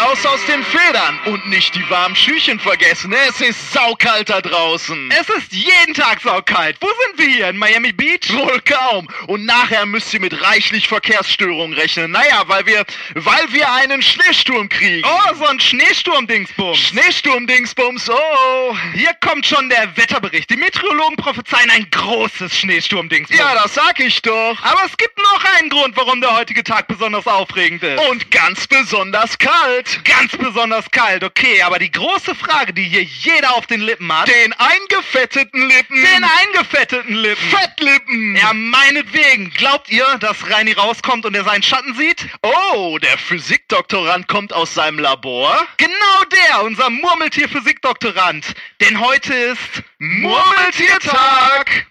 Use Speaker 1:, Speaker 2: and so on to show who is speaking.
Speaker 1: raus aus den Federn und nicht die warmen Schüchen vergessen. Es ist saukalt da draußen.
Speaker 2: Es ist jeden Tag saukalt. Wo sind wir hier? In Miami Beach?
Speaker 1: Wohl kaum. Und nachher müsst ihr mit reichlich Verkehrsstörungen rechnen. Naja, weil wir, weil wir einen Schneesturm kriegen.
Speaker 2: Oh, so ein Schneesturm-Dingsbums.
Speaker 1: Schneesturm-Dingsbums, oh.
Speaker 2: Hier kommt schon der Wetterbericht. Die Meteorologen prophezeien ein großes Schneesturm-Dingsbums.
Speaker 1: Ja, das sag ich doch.
Speaker 2: Aber es gibt noch einen Grund, warum der heutige Tag besonders aufregend ist.
Speaker 1: Und ganz besonders kalt.
Speaker 2: Ganz besonders kalt, okay, aber die große Frage, die hier jeder auf den Lippen hat,
Speaker 1: Den eingefetteten Lippen.
Speaker 2: den eingefetteten Lippen.
Speaker 1: Fettlippen.
Speaker 2: Ja, meinetwegen. Glaubt ihr, dass Reini rauskommt und er seinen Schatten sieht?
Speaker 1: Oh, der Physikdoktorand kommt aus seinem Labor.
Speaker 2: Genau der, unser Murmeltier-Physikdoktorand. Denn heute ist
Speaker 1: Murmeltiertag.